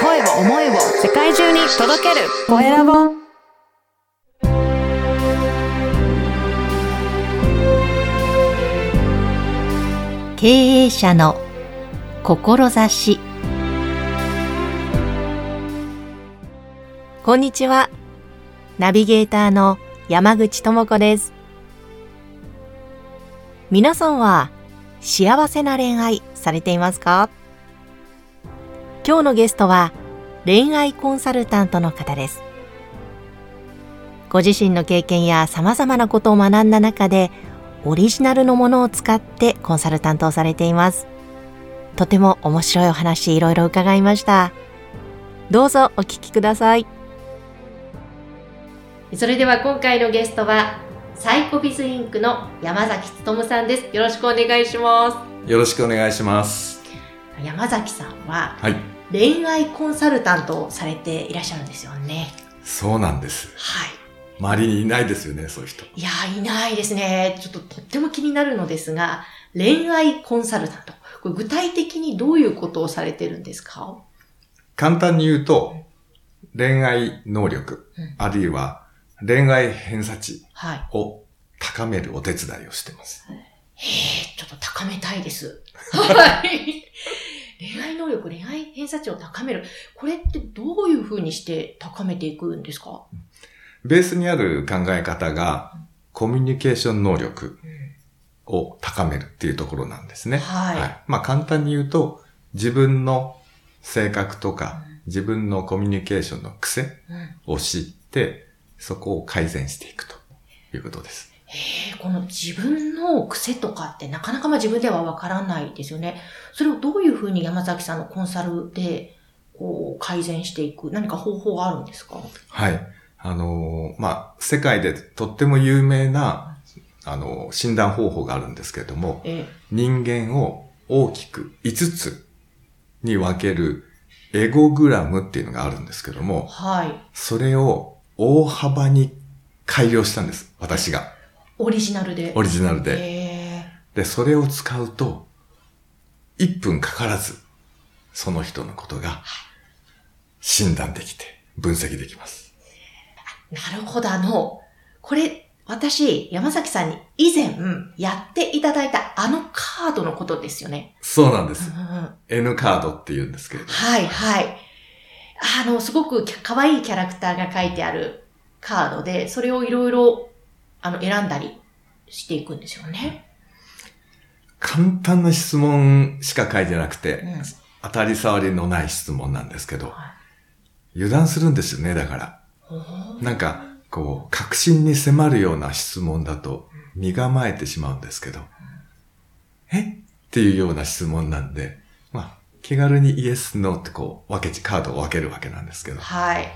声を思いを世界中に届けるコエラボ経営者の志こんにちはナビゲーターの山口智子です皆さんは幸せな恋愛されていますか今日のゲストは恋愛コンサルタントの方ですご自身の経験や様々なことを学んだ中でオリジナルのものを使ってコンサルタントをされていますとても面白いお話いろいろ伺いましたどうぞお聞きくださいそれでは今回のゲストはサイコビズインクの山崎努さんですよろしくお願いしますよろしくお願いします山崎さんは、はい、恋愛コンサルタントをされていらっしゃるんですよねそうなんですはい周りにいないですよね、そういう人。いやいないですね。ちょっととっても気になるのですが、恋愛コンサルタント。これ具体的にどういうことをされてるんですか簡単に言うと、恋愛能力、うん、あるいは恋愛偏差値を高めるお手伝いをしてます。はい、へえ、ちょっと高めたいです。はい。恋愛能力、恋愛偏差値を高める。これってどういうふうにして高めていくんですか、うんベースにある考え方が、コミュニケーション能力を高めるっていうところなんですね。はい、はい。まあ簡単に言うと、自分の性格とか、自分のコミュニケーションの癖を知って、そこを改善していくということです。へえ、この自分の癖とかってなかなかまあ自分ではわからないですよね。それをどういうふうに山崎さんのコンサルでこう改善していく何か方法があるんですかはい。あの、まあ、世界でとっても有名な、あの、診断方法があるんですけれども、ええ、人間を大きく5つに分けるエゴグラムっていうのがあるんですけども、はい。それを大幅に改良したんです、私が。オリジナルで。オリジナルで。えー、で、それを使うと、1分かからず、その人のことが診断できて、分析できます。なるほど、あの、これ、私、山崎さんに以前、やっていただいたあのカードのことですよね。そうなんです。うんうん、N カードって言うんですけれども。はいはい。あの、すごく可愛いキャラクターが書いてあるカードで、それをいろいろ、あの、選んだりしていくんですよね。簡単な質問しか書いてなくて、うん、当たり障りのない質問なんですけど、はい、油断するんですよね、だから。なんか、こう、確信に迫るような質問だと、身構えてしまうんですけど、えっていうような質問なんで、まあ、気軽にイエス、ノーってこう、分け、カードを分けるわけなんですけど。はい。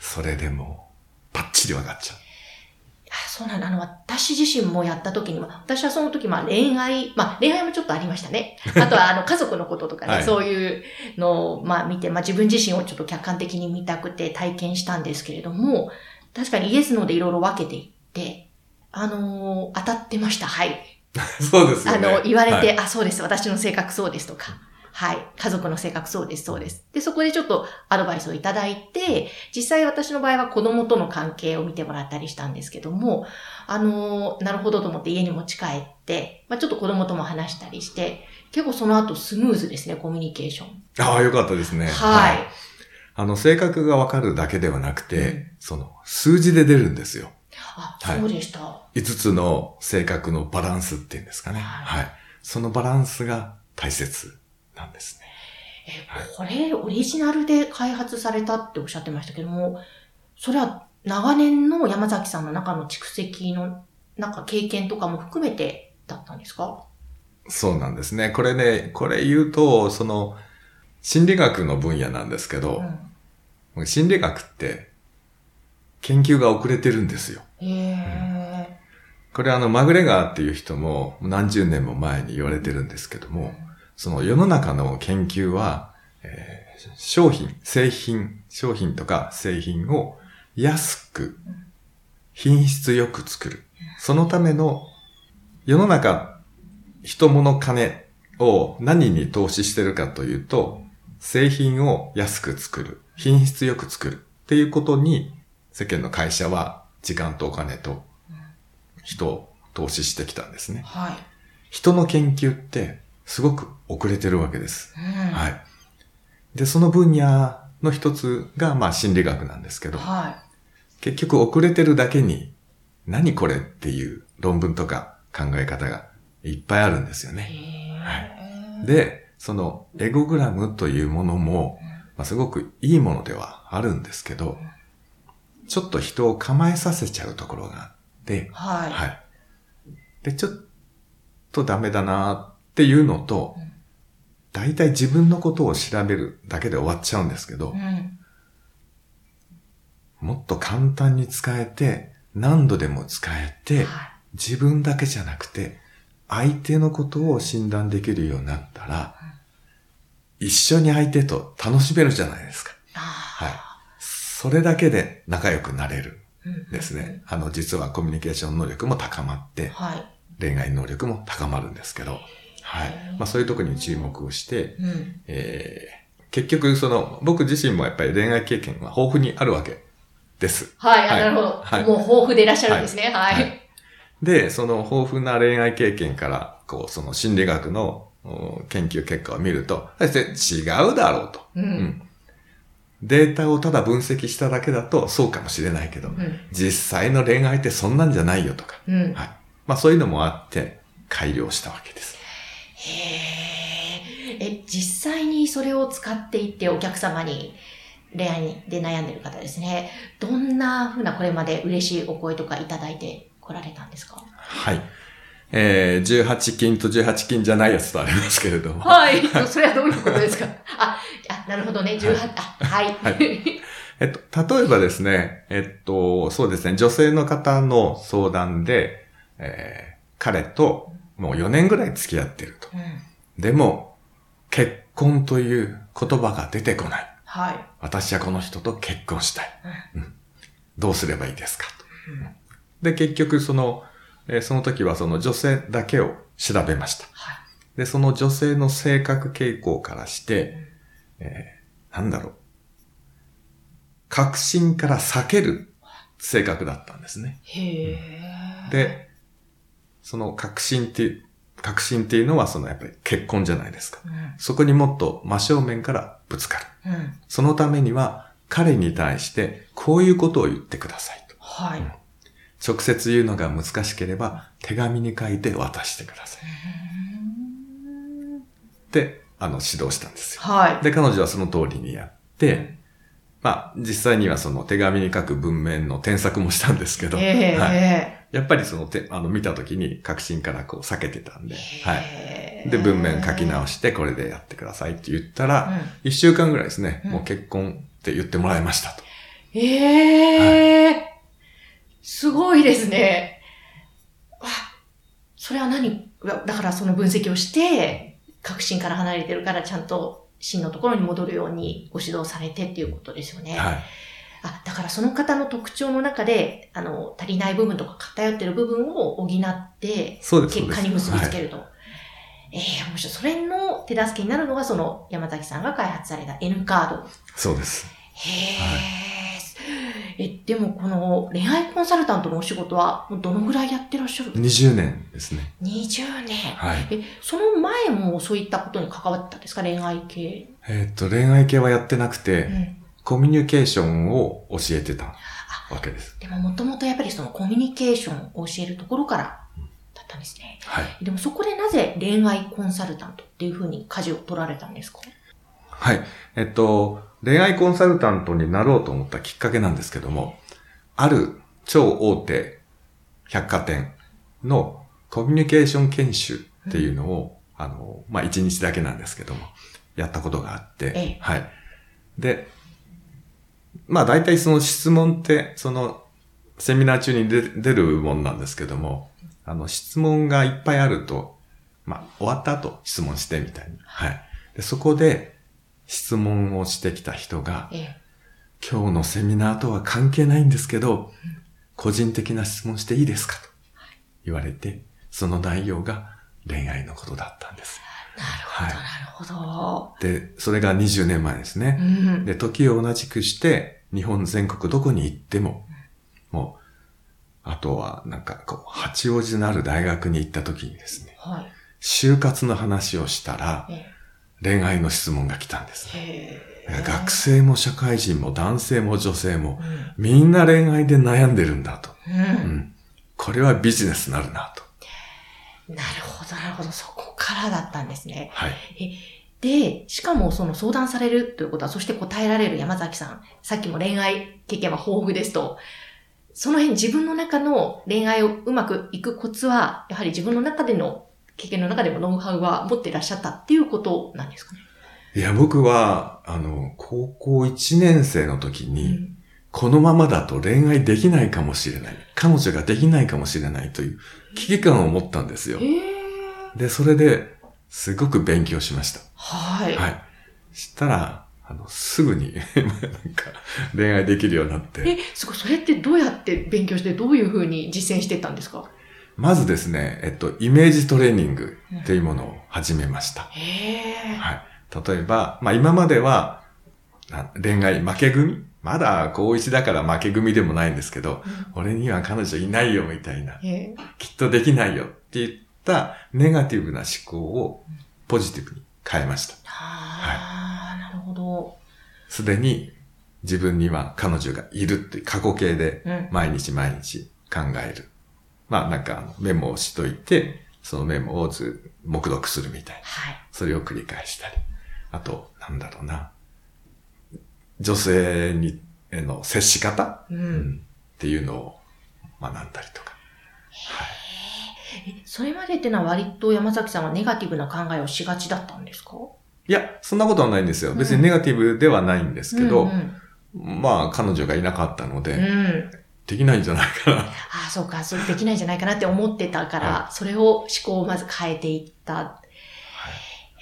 それでも、パッチリ分かっちゃう。 あそうなんだ。あの、私自身もやった時には、私はその時、まあ恋愛、まあ恋愛もちょっとありました ね。あとは、あの、家族のこととかね、はい、そういうのを、まあ見て、まあ自分自身をちょっと客観的に見たくて体験したんですけれども、確かにイエスのでいろいろ分けていって、あのー、当たってました。はい。そうですね。あの、言われて、はい、あ、そうです。私の性格そうですとか。はい。家族の性格そうです、そうです。で、そこでちょっとアドバイスをいただいて、実際私の場合は子供との関係を見てもらったりしたんですけども、あのー、なるほどと思って家に持ち帰って、まあちょっと子供とも話したりして、結構その後スムーズですね、コミュニケーション。ああ、よかったですね。はい。あの、性格がわかるだけではなくて、うん、その、数字で出るんですよ。。あ、そうでした、はい5つの性格のバランスっていうんですかね。はい、はい、そのバランスが大切。なんですね。え、これ、オリジナルで開発されたっておっしゃってましたけども、それは長年の山崎さんの中の蓄積の、なんか経験とかも含めてだったんですかそうなんですね。これね、これ言うと、その、心理学の分野なんですけど、うん、心理学って、研究が遅れてるんですよ。へー、うん、これあの、マグレガーっていう人も何十年も前に言われてるんですけども、うんその世の中の研究は、えー、商品、製品、商品とか製品を安く、品質よく作る。そのための世の中、人物金を何に投資してるかというと、製品を安く作る、品質よく作るっていうことに、世間の会社は時間とお金と人を投資してきたんですね。はい。人の研究ってすごく遅れてるわけです。うん。。はいい。で、その分野の一つが、まあ心理学なんですけど、は結局遅れてるだけに、何これっていう論文とか考え方がいっぱいあるんですよい。ね。へー、で、そのエゴグラムというものも、まあ、すごくいいものではあるんですけど、ちょっと人を構えさせちゃうところがあって、はい。はい。で、ちょっとダメだなっていうのとうん、大体自分のことを調べるだけで終わっちゃうんですけどう、ん。もっと簡単に使えて、何度でも使えて、は自分だけじゃなくて、相手のことを診断できるようになったら、一緒に相手と楽しめるじゃないですか。い。あはい。それだけで仲良くなれるーうんんですね。あの、実はコミュニケーション能力も高まって、はい。恋愛能力も高まるんですけど、はい。まあそういうとこに注目をして、うん。えー結局その、僕自身もやっぱり恋愛経験は豊富にあるわけです。はい。はあいなるほど。はいもう豊富でいらっしゃるんですね。はい。はいで、その豊富な恋愛経験から、こう、その心理学のお研究結果を見ると、そして違うだろうと。うん。うんデータをただ分析しただけだとそうかもしれないけど、うん。実際の恋愛ってそんなんじゃないよとか、うん。はい。まあそういうのもあって、改良したわけです。へーえ、実際にそれを使っていってお客様に恋愛で悩んでる方ですね。どんなふうなこれまで嬉しいお声とかいただいて来られたんですかはい。えー、18金と18金じゃないやつとありますけれども、 はい。それはどういうことですかあ、あ、なるほどね。18、あ、はい。はいえっと、例えばですね、えっと、そうですね、女性の方の相談で、えー彼ともう4年ぐらい付き合ってると。うんでも、結婚という言葉が出てこない。はい。私はこの人と結婚したい。うんどうすればいいですかとで、結局その、えーその時はその女性だけを調べました。はいで、その女性の性格傾向からして、えーなんだろう。確信から避ける性格だったんですね。へえ。で、その確信っていう、確信っていうのはそのやっぱり結婚じゃないですか。うん、そこにもっと真正面からぶつかる。うん、そのためには彼に対してこういうことを言ってくださいと。はい。直接言うのが難しければ手紙に書いて渡してください。って、あの、指導したんですよ。はい。で、彼女はその通りにやって、まあ、実際にはその手紙に書く文面の添削もしたんですけど、ええはい、えやっぱりその手、あの、見た時に確信からこう避けてたんで、えはい。で、文面書き直して、これでやってくださいって言ったら、う一週間ぐらいですね、うんもう結婚って言ってもらいましたと。んええすごいですね。わそれは何いやだからその分析をして、確信から離れてるからちゃんと真のところに戻るようにご指導されてっていうことですよね。はい。あ、だからその方の特徴の中で、あの、足りない部分とか偏ってる部分を補って、そうです、そう結です。果に結びつはけいると。ええー、面白い。それの手助けになるのが、その山崎さんが開発された N カード。そうです。へえ、え、でもこの恋愛コンサルタントのお仕事は、もうどのぐらいやってらっしゃるの20年ですね。 ?20 年。はい。え、その前もそういったことに関わってたんですか恋愛系。えっと、恋愛系はやってなくて、うん。コミュニケーションを教えてたわけです。でももともとやっぱりそのコミュニケーションを教えるところからだったんですね。はい。でもそこでなぜ恋愛コンサルタントっていうふうに舵を取られたんですかはい。えっと、恋愛コンサルタントになろうと思ったきっかけなんですけども、ある超大手百貨店のコミュニケーション研修っていうのを、あの、まあ、一日だけなんですけども、やったことがあっえてえ、はい。で、まあ、大体その質問って、その、セミナー中に出出るもんなんですけども、あの、質問がいっぱいあると、まあ、終わった後質問してみたいな。はい。で、そこで質問をしてきた人が、ええ。今日のセミナーとは関係ないんですけど、個人的な質問していいですかと言われて、その内容が恋愛のことだったんです。なるほど、なるほで、それが20年前ですね。ど。うん。で、時を同じくして、日本全国どこに行っても、もう、あとは、なんか、こう、八王子のある大学に行った時にですね、はい。就活の話をしたら、え恋愛の質問が来たんですえね。へえ。学生も社会人も男性も女性もう、ん。みんな恋愛で悩んでるんだと。うんうん。これはビジネスになるなと。なるほど、なるほど。そこからだったんですね。はい。で、しかもその相談されるということは、そして答えられる山崎さん。さっきも恋愛経験は豊富ですと。その辺自分の中の恋愛をうまくいくコツは、やはり自分の中での経験の中でもノウハウは持っていらっしゃったっていうことなんですかね。いや、僕は、あの、高校1年生の時うに、ん。このままだと恋愛できないかもしれない。彼女ができないかもしれないという危機感を持ったんですよへ。え。で、それで、すごく勉強しました。はい。はい。したら、あの、すぐに、 なんか、恋愛できるようになって。え、すごい。それってどうやって勉強して、どういうふうに実践してったんですかまずですね、えっと、イメージトレーニングっていうものを始めました。へえ。はい。例えば、まあ今までは、な恋愛負け組まだ高一だから負け組でもないんですけど、俺には彼女いないよみたいな、へえ。きっとできないよって言ったネガティブな思考をポジティブに変えました。ああ、なるほど。すでに自分には彼女がいるって過去形でうん。毎日毎日考える。まあなんかあのメモをしといて、そのメモをず目読するみたいな。はい。それを繰り返したり。あと、なんだろうな。女性に、への接し方、う、うんんっていうのを学んだりとか。それまでってのは割と山崎さんはネガティブな考えをしがちだったんですかいや、そんなことはないんですよ。うん別にネガティブではないんですけうどん、うんまあ、彼女がいなかったので、うんできないんじゃないかな。ああ、そうか、それできないんじゃないかなって思ってたから、はそれを思考をまず変えていった。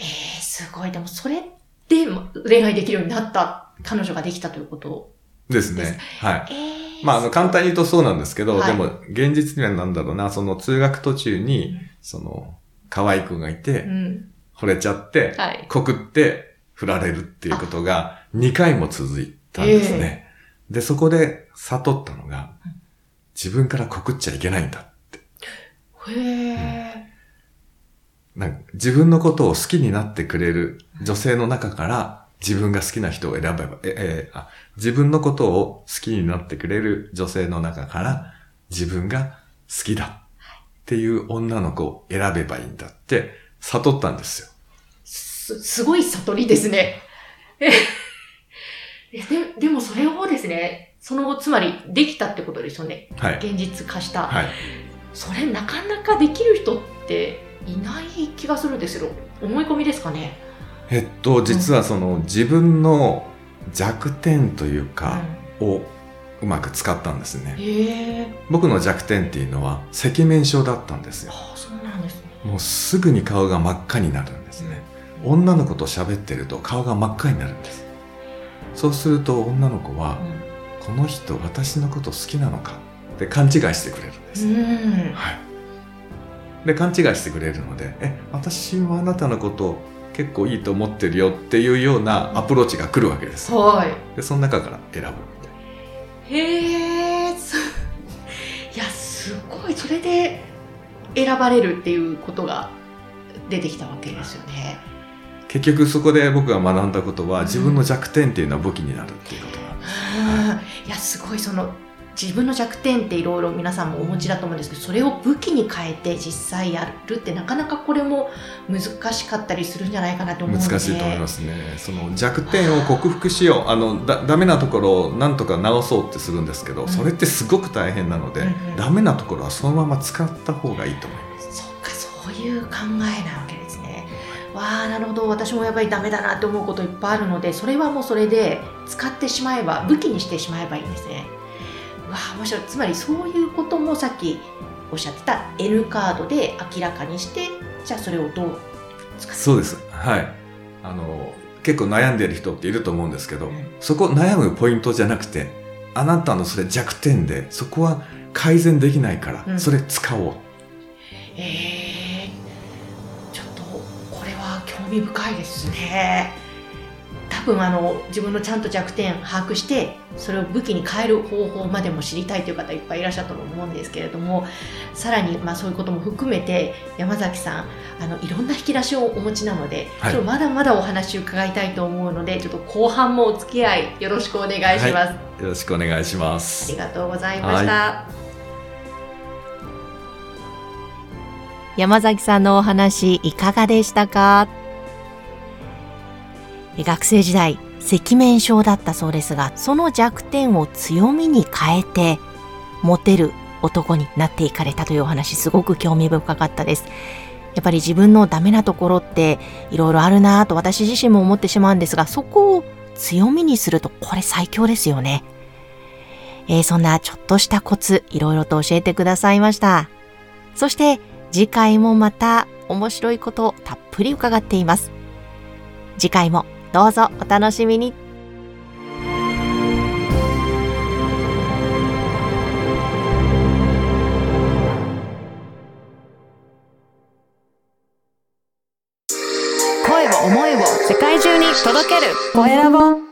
ええすごい。でもそれでま恋愛できるようになった、彼女ができたということ。ですでね。はい。ええまあ、あの、簡単に言うとそうなんですけど、はいでも、現実にはなんだろうな、その通学途中に、その、可愛い子がいてう、ん。惚れちゃって、はい。告って振られるっていうことが2回も続いたんですね。で、そこで悟ったのが、自分から告っちゃいけないんだ。へえ、なんか自分のことを好きになってくれる女性の中から自分が好きな人を選べば、え、えあ、自分のことを好きになってくれる女性の中から自分が好きだっていう女の子を選べばいいんだって悟ったんですよ。す、すごい悟りですね。ええででもそれをですね、その後、つまりできたってことですよね。はい。現実化した。はい。それなかなかできる人っていない気がするんですけど思い込みですかね。えっと、実はその自分の弱点といううか、をうまく使ったんですんね。へえ僕の弱点っていうのは赤面症だったんですよ。ああそうなんですね。もうすぐに顔が真っ赤になるんですね。女の子と喋ってると顔が真っ赤になるんです。そうすると女の子は、この人私のこと好きなのかって勘違いしてくれるんです。うんはい。で、勘違いしてくれるので、え、私はあなたのこと結構いいと思ってるよっていうようなアプローチが来るわけです。はで、その中から選ぶみたいい。へえす いやすごいそれで選ばれるっていうことが出てきたわけですよね。な。結局そこで僕が学んだことは、うん自分の弱点っていうのは武器になるっていうことなんです。うんいやすごいその自分の弱点っていろいろ皆さんもお持ちだと思うんですけどそれを武器に変えて実際やるってなかなかこれも難しかったりするんじゃないかなと思うんで難しいと思いますすね。その弱点を克服しよう。あの、だ、ダメなところをなんとか直そうってするんですけど、うんそれってすごく大変なので、うんうんダメなところはそのまま使った方がいいと思います。そっかそういう考えなわけですねわあなるほど私もやっぱりダメだなって思うこといっぱいあるのでそれはもうそれで使ってしまえば武器にしてしまえばいいんですねわあ面白いつまりそういうこともさっきおっしゃってた N カードで明らかにしてじゃあそれをどう使ってそうです。はい。あの、結構悩んでる人っていると思うんですけど、うんそこ悩むポイントじゃなくて、あなたのそれ弱点で、そこは改善できないから、うんそれ使おう。えー、ちょっとこれは味深いですね。多分あの自分のちゃんと弱点把握してそれを武器に変える方法までも知りたいという方いっぱいいらっしゃったと思うんですけれどもさらにまあそういうことも含めて山崎さんあのいろんな引き出しをお持ちなので、はい今日まだまだお話を伺いたいと思うのでちょっと後半もお付き合いよろしくお願いします。はあよろしくお願いしますり。がとうございました。山崎さんのお話いかがでしたかえ学生時代赤面症だったそうですがその弱点を強みに変えてモテる男になっていかれたというお話すごく興味深かったですやっぱり自分のダメなところっていろいろあるなぁと私自身も思ってしまうんですがそこを強みにするとこれ最強ですよね、えーそんなちょっとしたコツいろいろと教えてくださいましたそして次回もまた面白いことをたっぷり伺っています。次回もどうぞお楽しみに。声を思いを世界中に届けるコエラボ